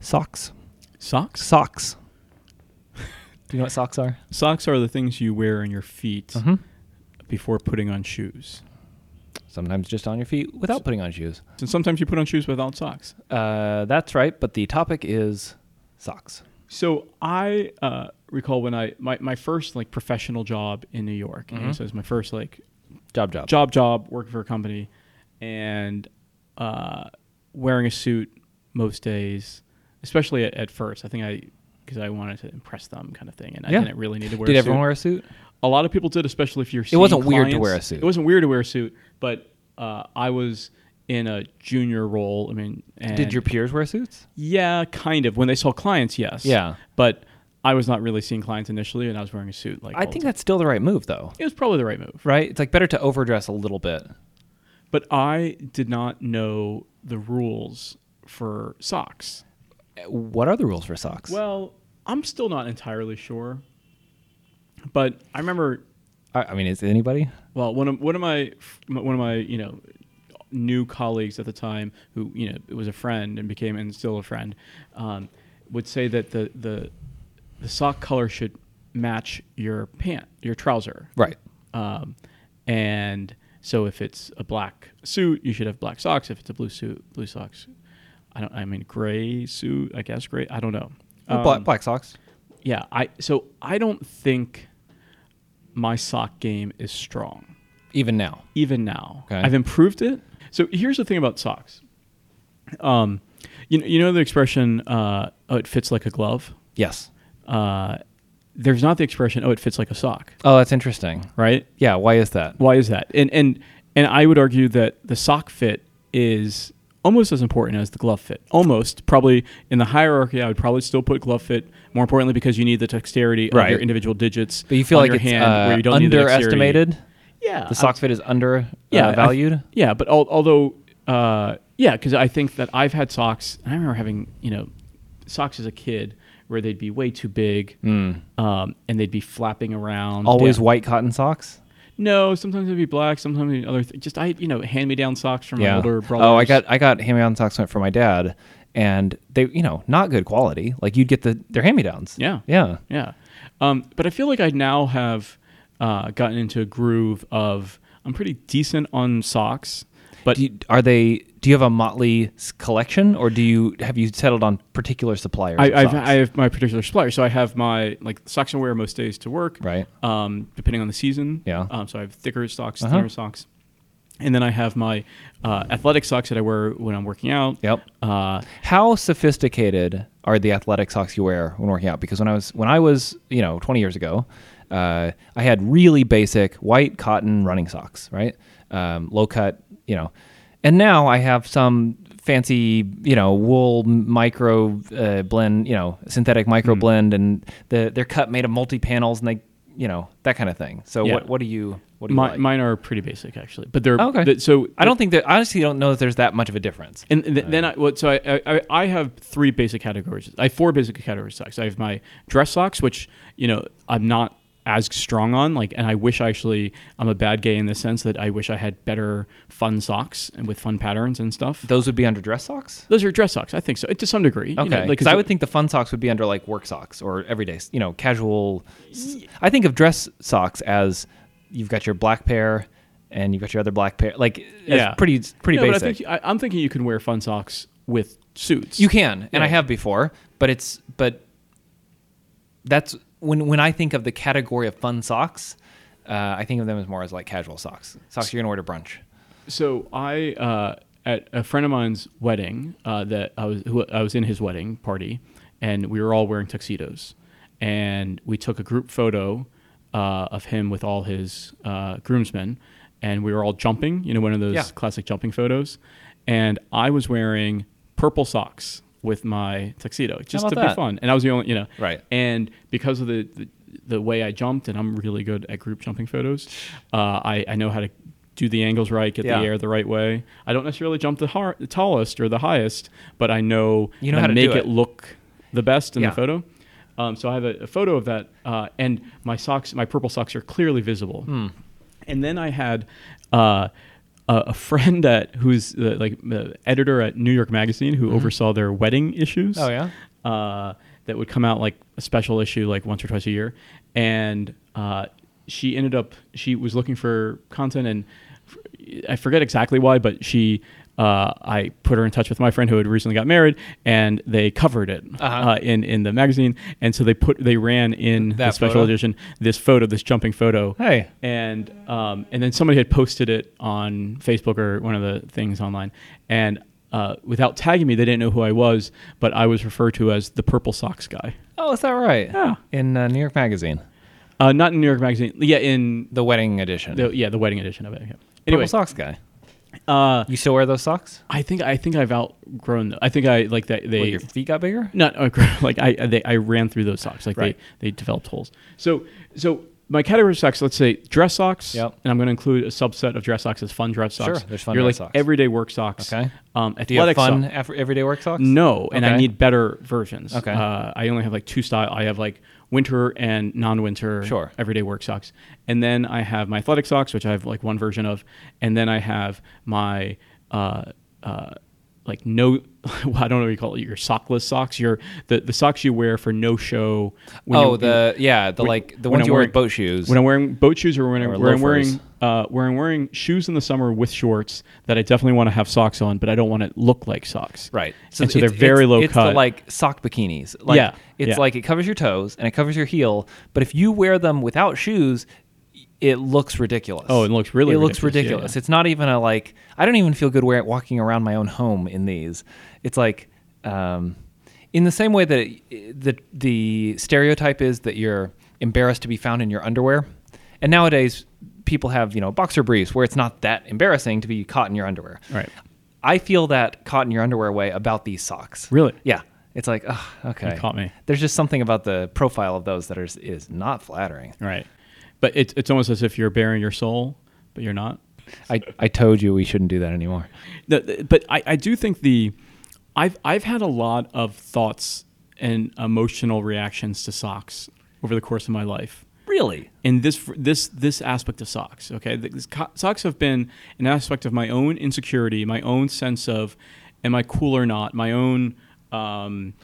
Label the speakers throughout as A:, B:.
A: Socks.
B: Socks?
A: Socks. Do you know what socks are?
B: Socks are the things you wear on your feet
A: Mm-hmm.
B: before putting on shoes.
A: Sometimes just on your feet without putting on shoes.
B: And sometimes you put on shoes without socks.
A: Uh, that's right, but the topic is socks.
B: So I uh, recall when I my, my first like professional job in New York.
A: Mm-hmm.
B: And so it's my first like
A: Job, job.
B: job job working for a company, and uh, wearing a suit most days, especially at, at first. I think I because I wanted to impress them kind of thing, and
A: Yeah.
B: I didn't really need to wear.
A: Did
B: a
A: everyone wear a
B: suit.
A: suit?
B: A lot of people did, especially if you're.
A: It wasn't
B: seeing
A: weird to
B: clients.
A: wear a suit.
B: It wasn't weird to wear a suit, but uh, I was in a junior role. I mean, and
A: Did your peers wear suits?
B: yeah, kind of. When they saw clients, yes.
A: Yeah.
B: But I was not really seeing clients initially, and I was wearing a suit. Like
A: I
B: all the
A: think
B: time.
A: that's still the right move, though.
B: it was probably the right move.
A: Right? It's like better to overdress a little bit.
B: But I did not know the rules for socks.
A: What are the rules for socks?
B: Well, I'm still not entirely sure. But I remember,
A: I, I mean, is anybody?
B: well, one of one of my one of my you know new colleagues at the time, who you know was a friend and became and still a friend, um, would say that the the the sock color should match your pant, your trouser.
A: Right.
B: Um, and so if it's a black suit, you should have black socks. If it's a blue suit, blue socks. I don't. I mean, gray suit. I guess gray. I don't know.
A: Well,
B: Um,
A: black, black socks.
B: Yeah. I. So I don't think my sock game is strong
A: Even now.
B: even now.
A: Okay.
B: I've improved it. So here's the thing about socks. Um, you you know the expression, uh, "Oh, it fits like a glove."
A: Yes.
B: Uh, there's not the expression, "Oh, it fits like a sock,"
A: Oh, that's interesting.
B: right?
A: Yeah. Why is that?
B: Why is that? And and and I would argue that the sock fit is almost as important as the glove fit. Almost, probably in the hierarchy, I would probably still put glove fit. More importantly, because you need the dexterity
A: Right.
B: of your individual digits.
A: But you feel
B: on
A: like
B: your
A: it's
B: hand
A: uh,
B: where you don't need the dexterity.
A: underestimated.
B: yeah,
A: the sock fit is under
B: yeah,
A: uh, valued.
B: I- yeah, but al- although, uh, yeah, because I think that I've had socks. I remember having you know socks as a kid where they'd be way too big, um, and they'd be flapping around.
A: Mm. Always
B: Yeah.
A: white cotton socks.
B: No, sometimes it'd be black, sometimes it'd be other. Th- just I you know hand me down socks from my older brother.
A: Oh, I got I got hand me down socks went for my dad, and they you know not good quality. Like you'd get the their hand me downs.
B: Yeah.
A: Yeah.
B: Yeah. Um, but I feel like I now have uh, gotten into a groove of I'm pretty decent on socks, but
A: Do you, are they? Do you have a motley s- collection, or do you have you settled on particular suppliers?
B: I,
A: of
B: I've,
A: socks?
B: I have my particular supplier. So I have my like socks I wear most days to work.
A: Right.
B: Um, depending on the season.
A: Yeah.
B: Um, so I have thicker socks,
A: Uh-huh.
B: thinner socks, and then I have my uh, athletic socks that I wear when I'm working out.
A: Yep.
B: Uh,
A: How sophisticated are the athletic socks you wear when working out? Because when I was when I was you know 20 years ago, uh, I had really basic white cotton running socks, right? Um, low cut, you know. And now I have some fancy, you know, wool micro uh, blend, you know, synthetic micro
B: Mm-hmm.
A: blend, and the they're cut made of multi panels, and they, you know, that kind of thing. So
B: Yeah.
A: what what do you what do you
B: my,
A: like? Oh,
B: mine are pretty basic actually, but they're
A: Okay.
B: th- so
A: I don't think that I honestly don't know that there's that much of a difference.
B: And th- then I well, so I, I I have three basic categories. I have four basic categories of socks. I have my dress socks, which you know I'm not as strong on. Like, and I wish I actually I'm a bad gay in the sense that I wish I had better fun socks and with fun patterns and stuff.
A: Those would be under dress socks.
B: Those are dress socks, I think so, to some degree. you know,
A: Okay,
B: like,
A: because I would think the fun socks would be under like work socks or everyday, you know, casual. s- I think of dress socks as you've got your black pair and you've got your other black pair, like yeah.
B: Yeah.
A: pretty pretty
B: No, but I
A: basic.
B: think you- I, I'm thinking you can wear fun socks with suits.
A: you can, and I
B: Yeah.
A: have before, but it's but that's when when I think of the category of fun socks, uh, I think of them as more as like casual socks, socks you're gonna wear to brunch.
B: So I uh, at a friend of mine's wedding uh, that I was who I was in his wedding party, and we were all wearing tuxedos, and we took a group photo uh, of him with all his uh, groomsmen, and we were all jumping. You know, one of those
A: Yeah.
B: classic jumping photos, and I was wearing purple socks with my tuxedo just
A: about
B: to
A: that?
B: be fun, and I was the only you know
A: Right.
B: and because of the, the the way I jumped, and I'm really good at group jumping photos, uh, I I know how to do the angles right, get
A: Yeah.
B: the air the right way. I don't necessarily jump the, har- the tallest or the highest, but I know
A: You know how to
B: make
A: do it.
B: it look the best in
A: Yeah.
B: the photo. Um, so I have a, a photo of that, uh, and
A: Hmm.
B: my socks, my purple socks, are clearly visible. And then I had uh, a, a friend at who's uh, like the editor at New York Magazine who oversaw their wedding issues.
A: Mm-hmm. Oh, yeah?
B: Uh, that would come out like a special issue like once or twice a year, and uh, she ended up she was looking for content and f- I forget exactly why, but she. Uh, I put her in touch with my friend who had recently got married, and they covered it uh in in the magazine. And so they put they ran in the
A: Uh-huh. That
B: special
A: photo?
B: edition this photo, this jumping photo,
A: Hey.
B: and um, and then somebody had posted it on Facebook or one of the things online, and uh, without tagging me, they didn't know who I was, but I was referred to as the purple socks guy.
A: Oh, is that right?
B: Yeah.
A: In uh, New York Magazine,
B: Uh, not in New York Magazine, yeah, in
A: the wedding edition.
B: the yeah the wedding edition of it. Yeah.
A: Purple
B: Anyway,
A: socks guy.
B: uh,
A: You still wear those socks?
B: I think I think I've outgrown. I think I like that they
A: Well, your feet got bigger?
B: not outgrown, like I they, I ran through those socks like
A: Right.
B: they they developed holes. So so. My category of socks, let's say dress socks,
A: Yep.
B: and I'm going to include a subset of dress socks as fun dress socks.
A: Sure, there's fun
B: Your,
A: dress
B: like
A: socks.
B: everyday work socks.
A: Okay.
B: Um,
A: Do you have
B: athletic
A: fun
B: socks.
A: af- everyday work socks?
B: No, and I
A: Okay.
B: need better versions.
A: Okay.
B: Uh, I only have like two style. I have like winter and non-winter
A: Sure.
B: everyday work socks, and then I have my athletic socks, which I have like one version of, and then I have my uh, uh, like no. I don't know what you call it. Your sockless socks. Your the, the socks you wear for no show. when
A: Oh,
B: you-
A: the yeah, the
B: when-
A: like the
B: when
A: ones
B: I'm
A: you wear
B: wearing-
A: with boat shoes.
B: when I'm wearing boat shoes or when, I,
A: Or
B: when I'm wearing
A: loafers.
B: uh, where I'm wearing shoes in the summer with shorts that I definitely want to have socks on, but I don't want to look like socks.
A: Right.
B: So, and so they're
A: it's-
B: very
A: it's-
B: low
A: it's
B: cut.
A: the like sock bikinis. Like,
B: Yeah,
A: It's
B: yeah.
A: like it covers your toes and it covers your heel, but if you wear them without shoes, it looks ridiculous.
B: Oh, it looks really
A: It looks
B: ridiculous, yeah,
A: ridiculous.
B: yeah.
A: It's not even a like. I don't even feel good wearing walking around my own home in these. It's like, um, in the same way that it, the the stereotype is that you're embarrassed to be found in your underwear, and nowadays people have you know boxer briefs where it's not that embarrassing to be caught in your underwear.
B: Right.
A: I feel that caught in your underwear way about these socks.
B: Really?
A: Yeah. It's like, oh, okay.
B: You caught me.
A: There's just something about the profile of those that is is not flattering.
B: Right. But it's it's almost as if you're bearing your soul, but you're not.
A: I, I told you we shouldn't do that anymore.
B: The- the- but I, I do think the I've I've had a lot of thoughts and emotional reactions to socks over the course of my life.
A: Really?
B: in this this this aspect of socks. Okay, Th- this co- socks have been an aspect of my own insecurity, my own sense of am I cool or not, my own um,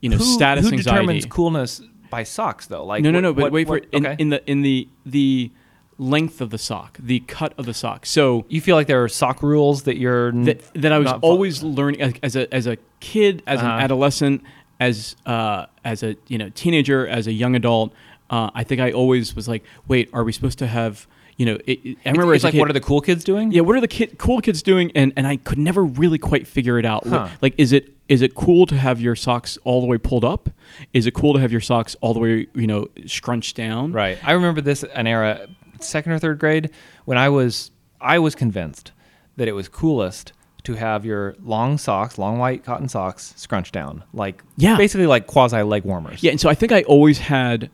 B: you know
A: Who,
B: status
A: who
B: anxiety.
A: determines coolness by socks though? Like
B: no, no,
A: what-
B: no. But
A: what-
B: wait for
A: what-
B: it. In,
A: okay.
B: in the in the the length of the sock, the cut of the sock. So
A: you feel like there are sock rules that you're n-
B: that that I was
A: not fo-
B: always learning as, as a as a kid, as an
A: Uh-huh.
B: adolescent, as uh, as a you know teenager, as a young adult. Uh, I think I always was like, wait, are we supposed to have you know? It, it- I remember
A: It's
B: as a
A: like
B: kid-
A: what are the cool kids doing?
B: yeah, what are the kid, cool kids doing? And and I could never really quite figure it out.
A: Huh.
B: Like, is it is it cool to have your socks all the way pulled up? Is it cool to have your socks all the way you know scrunched down?
A: Right. I remember this an era, second or third grade, when I was I was convinced that it was coolest to have your long socks, long white cotton socks, scrunched down, like
B: Yeah.
A: basically like quasi leg warmers.
B: Yeah, and so I think I always had,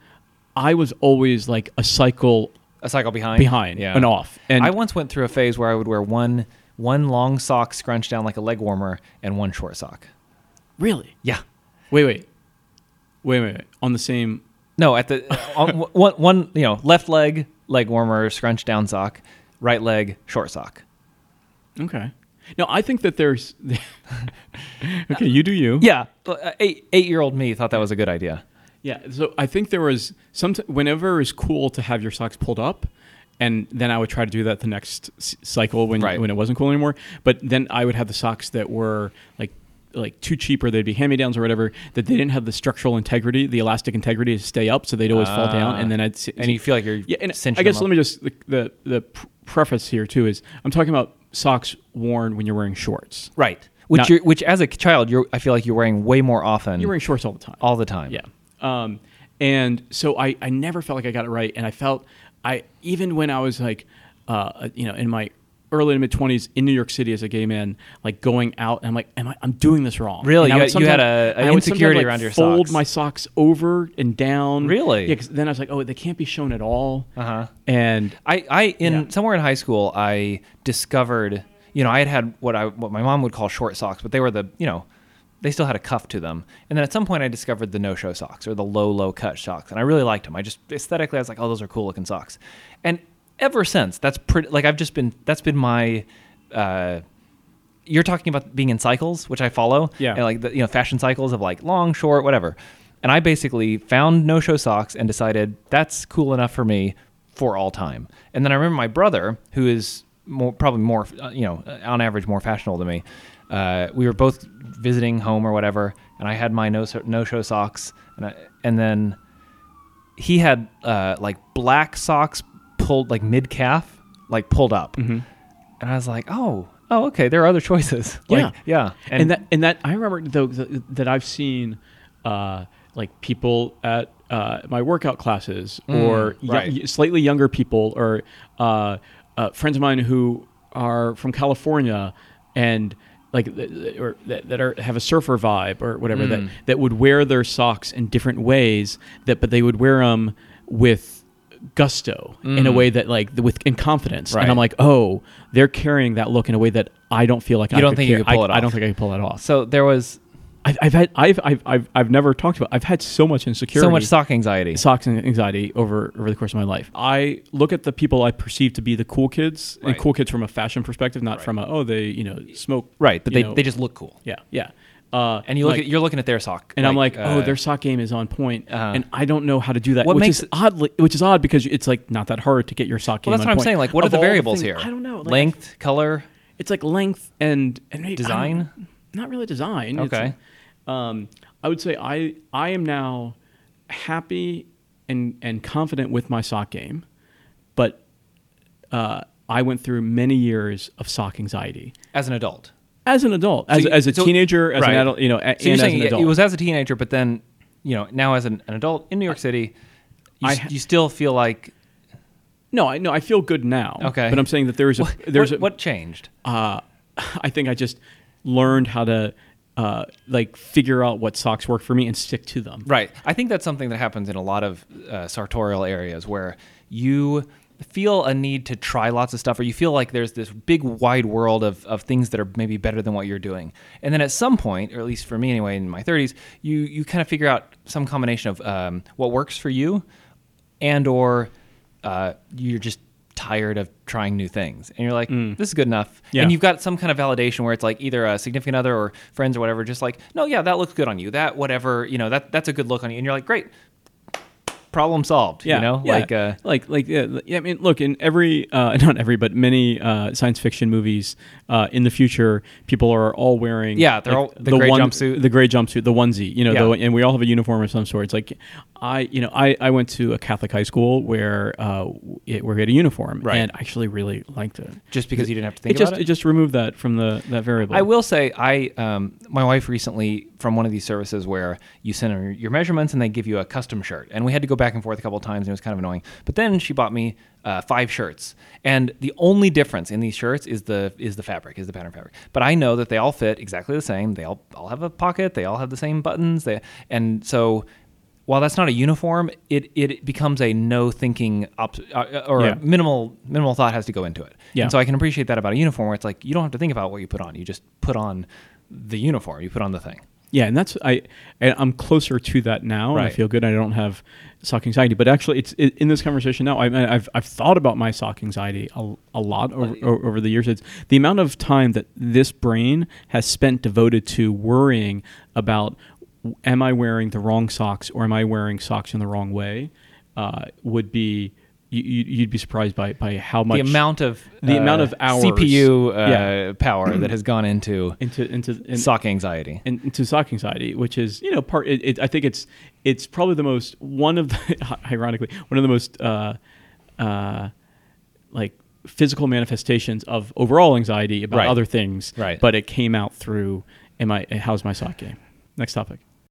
B: I was always like a cycle
A: a cycle behind,
B: behind
A: yeah,
B: and off. And
A: I once went through a phase where I would wear one one long sock scrunched down like a leg warmer and one short sock.
B: really,
A: Yeah.
B: wait, wait, wait, wait, wait. on the same.
A: No, at the uh, on, one one you know left leg leg warmer scrunched down sock, right leg short sock.
B: Okay. No, I think that there's. okay, you do you.
A: Yeah, uh, eight eight year old me thought that was a good idea.
B: Yeah, so I think there was some whenever it was cool to have your socks pulled up, and then I would try to do that the next s- cycle when
A: Right.
B: when it wasn't cool anymore. But then I would have the socks that were like like too cheap or they'd be hand-me-downs or whatever that they didn't have the structural integrity, the elastic integrity to stay up, so they'd always fall down, and then I'd s-
A: and you feel like you're
B: yeah. And
A: cinching
B: I guess
A: them
B: let me just the the, the pr- preface here too is I'm talking about socks worn when you're wearing shorts.
A: right which
B: Not-
A: you're, which as a child you're I feel like you're wearing way more often
B: You're wearing shorts all the time.
A: all the time
B: Yeah. Um, and so I, I never felt like I got it right. And I felt I, even when I was like, uh, you know, in my early to mid twenties in New York city as a gay man, like going out and I'm like, am I, I'm doing this wrong.
A: Really?
B: And I
A: You
B: would
A: had- you had
B: sometimes-
A: a- an
B: I would sometimes,
A: insecurity
B: like,
A: around your
B: fold
A: socks.
B: my socks over and down.
A: Really?
B: Yeah. Cause then I was like, oh, they can't be shown at all.
A: Uh-huh.
B: And
A: I, I in
B: Yeah.
A: somewhere in high school I discovered you know I had had what I what my mom would call short socks but they were the you know they still had a cuff to them and then at some point I discovered the no show socks or the low low cut socks and I really liked them I just aesthetically I was like oh those are cool looking socks and ever since that's pretty like I've just been that's been my uh you're talking about being in cycles, which I follow.
B: Yeah.
A: And like the, you know, fashion cycles of like long, short, whatever. And I basically found no show socks and decided that's cool enough for me for all time. And then I remember my brother, who is more probably more uh, you know on average more fashionable than me. Uh, we were both visiting home or whatever, and I had my no no show socks, and I, and then he had uh, like black socks pulled like mid calf, like pulled up,
B: Mm-hmm.
A: and I was like, oh, oh, okay, there are other choices. Like,
B: Yeah.
A: yeah,
B: and, that and that I remember though th- that I've seen uh, like people at uh, my workout classes or yo-
A: Mm, right.
B: slightly younger people or uh, uh, friends of mine who are from California and like th- th- or that, that are have a surfer vibe or whatever that
A: Mm.
B: that would wear their socks in different ways that but they would wear them with gusto in a way that like with in confidence
A: Mm. Right.
B: and I'm like oh they're carrying that look in a way that I don't feel like
A: You
B: I
A: don't
B: could
A: think you
B: care-
A: could pull
B: I,
A: it
B: I don't
A: off.
B: think I can pull that off.
A: so there was
B: I've, I've had I've, I've I've I've never talked about. I've had so much insecurity,
A: so much sock anxiety.
B: socks and anxiety over over the course of my life. I look at the people I perceive to be the cool kids,
A: Right.
B: and cool kids from a fashion perspective, not from a oh they you know smoke
A: right, but
B: you
A: they,
B: know,
A: they just look cool.
B: yeah yeah. Uh,
A: And you look
B: like-
A: at you're looking at their sock,
B: and I'm like,
A: uh,
B: oh, their sock game is on point,
A: Uh-huh.
B: and I don't know how to do that.
A: What
B: which
A: makes
B: is
A: it-
B: oddly, which is odd because it's like not that hard to get your sock game.
A: Well, that's
B: on
A: what I'm
B: point.
A: saying. Like, what
B: Of
A: are the
B: all
A: variables
B: things-
A: here?
B: I don't know. like,
A: Length, color.
B: it's like length and, and maybe, I don't-
A: Design?
B: Not really design. It's-
A: Okay.
B: um, I would say I I am now happy and and confident with my sock game, but uh, I went through many years of sock anxiety
A: as an adult.
B: as an adult, as,
A: you-
B: as a
A: so-
B: teenager, as
A: right.
B: an adult, you know, a-
A: So you're
B: and as
A: saying
B: an
A: it-
B: adult.
A: it was as a teenager, but then, you know, now as an, an adult in New York City, you,
B: I
A: s-
B: ha-
A: you still feel like
B: no, I no, I feel good now.
A: Okay.
B: but I'm saying that there is a
A: what,
B: there's
A: what,
B: a,
A: what changed?
B: uh, I think I just learned how to uh, like figure out what socks work for me and stick to them.
A: Right. I think that's something that happens in a lot of uh, sartorial areas where you feel a need to try lots of stuff or you feel like there's this big wide world of, of things that are maybe better than what you're doing. And then at some point, or at least for me anyway, in my 30s, you, you kind of figure out some combination of um, what works for you and or uh, you're just tired of trying new things and you're like this is good enough
B: Yeah.
A: and you've got some kind of validation where it's like either a significant other or friends or whatever just like no yeah that looks good on you that whatever you know that that's a good look on you and you're like great problem solved you know
B: yeah.
A: like uh
B: like like yeah, th- yeah, I mean, look in every uh, not every, but many uh, science fiction movies uh, in the future, people are all wearing
A: Yeah, they're all- the gray
B: one,
A: jumpsuit.
B: the gray jumpsuit, the onesie, you know,
A: Yeah.
B: the, and we all have a uniform of some sort. It's like I, you know, I, I went to a Catholic high school where uh, w- it, where we had a uniform,
A: Right.
B: and I actually really liked it.
A: just because you didn't have to
B: It
A: think
B: just
A: about
B: it just removed that from the that variable.
A: I will say, I um, my wife recently from one of these services where you send her your measurements and they give you a custom shirt, and we had to go back and forth a couple of times, and it was kind of annoying. But then she bought me uh, five shirts, and the only difference in these shirts is the is the fabric, is the pattern fabric. But I know that they all fit exactly the same. They all all have a pocket. They all have the same buttons. They and so. While that's not a uniform, it, it becomes a no thinking op- uh, or
B: Yeah.
A: a minimal minimal thought has to go into it.
B: Yeah.
A: And so I can appreciate that about a uniform where it's like you don't have to think about what you put on. You just put on the uniform. You put on the thing.
B: Yeah, and that's I. and I'm closer to that now. and I
A: Right.
B: feel good. I don't have sock anxiety. But actually, it's i in this conversation now. I, I- I've I've thought about my sock anxiety a, a lot over, o- over the years. It's the amount of time that this brain has spent devoted to worrying about: w- Am I wearing the wrong socks, or am I wearing socks in the wrong way? Uh, would be you, you- you'd be surprised by by how much
A: The amount of
B: the amount of hours.
A: CPU uh,
B: Yeah.
A: power that has gone into
B: into into in,
A: sock anxiety.
B: and and to sock anxiety, which is you know part. It, it, I think it's it's probably the most one of the ironically one of the most uh, uh, like physical manifestations of overall anxiety about
A: Right.
B: other things.
A: Right.
B: But it came out through am I how's my sock game? Next topic.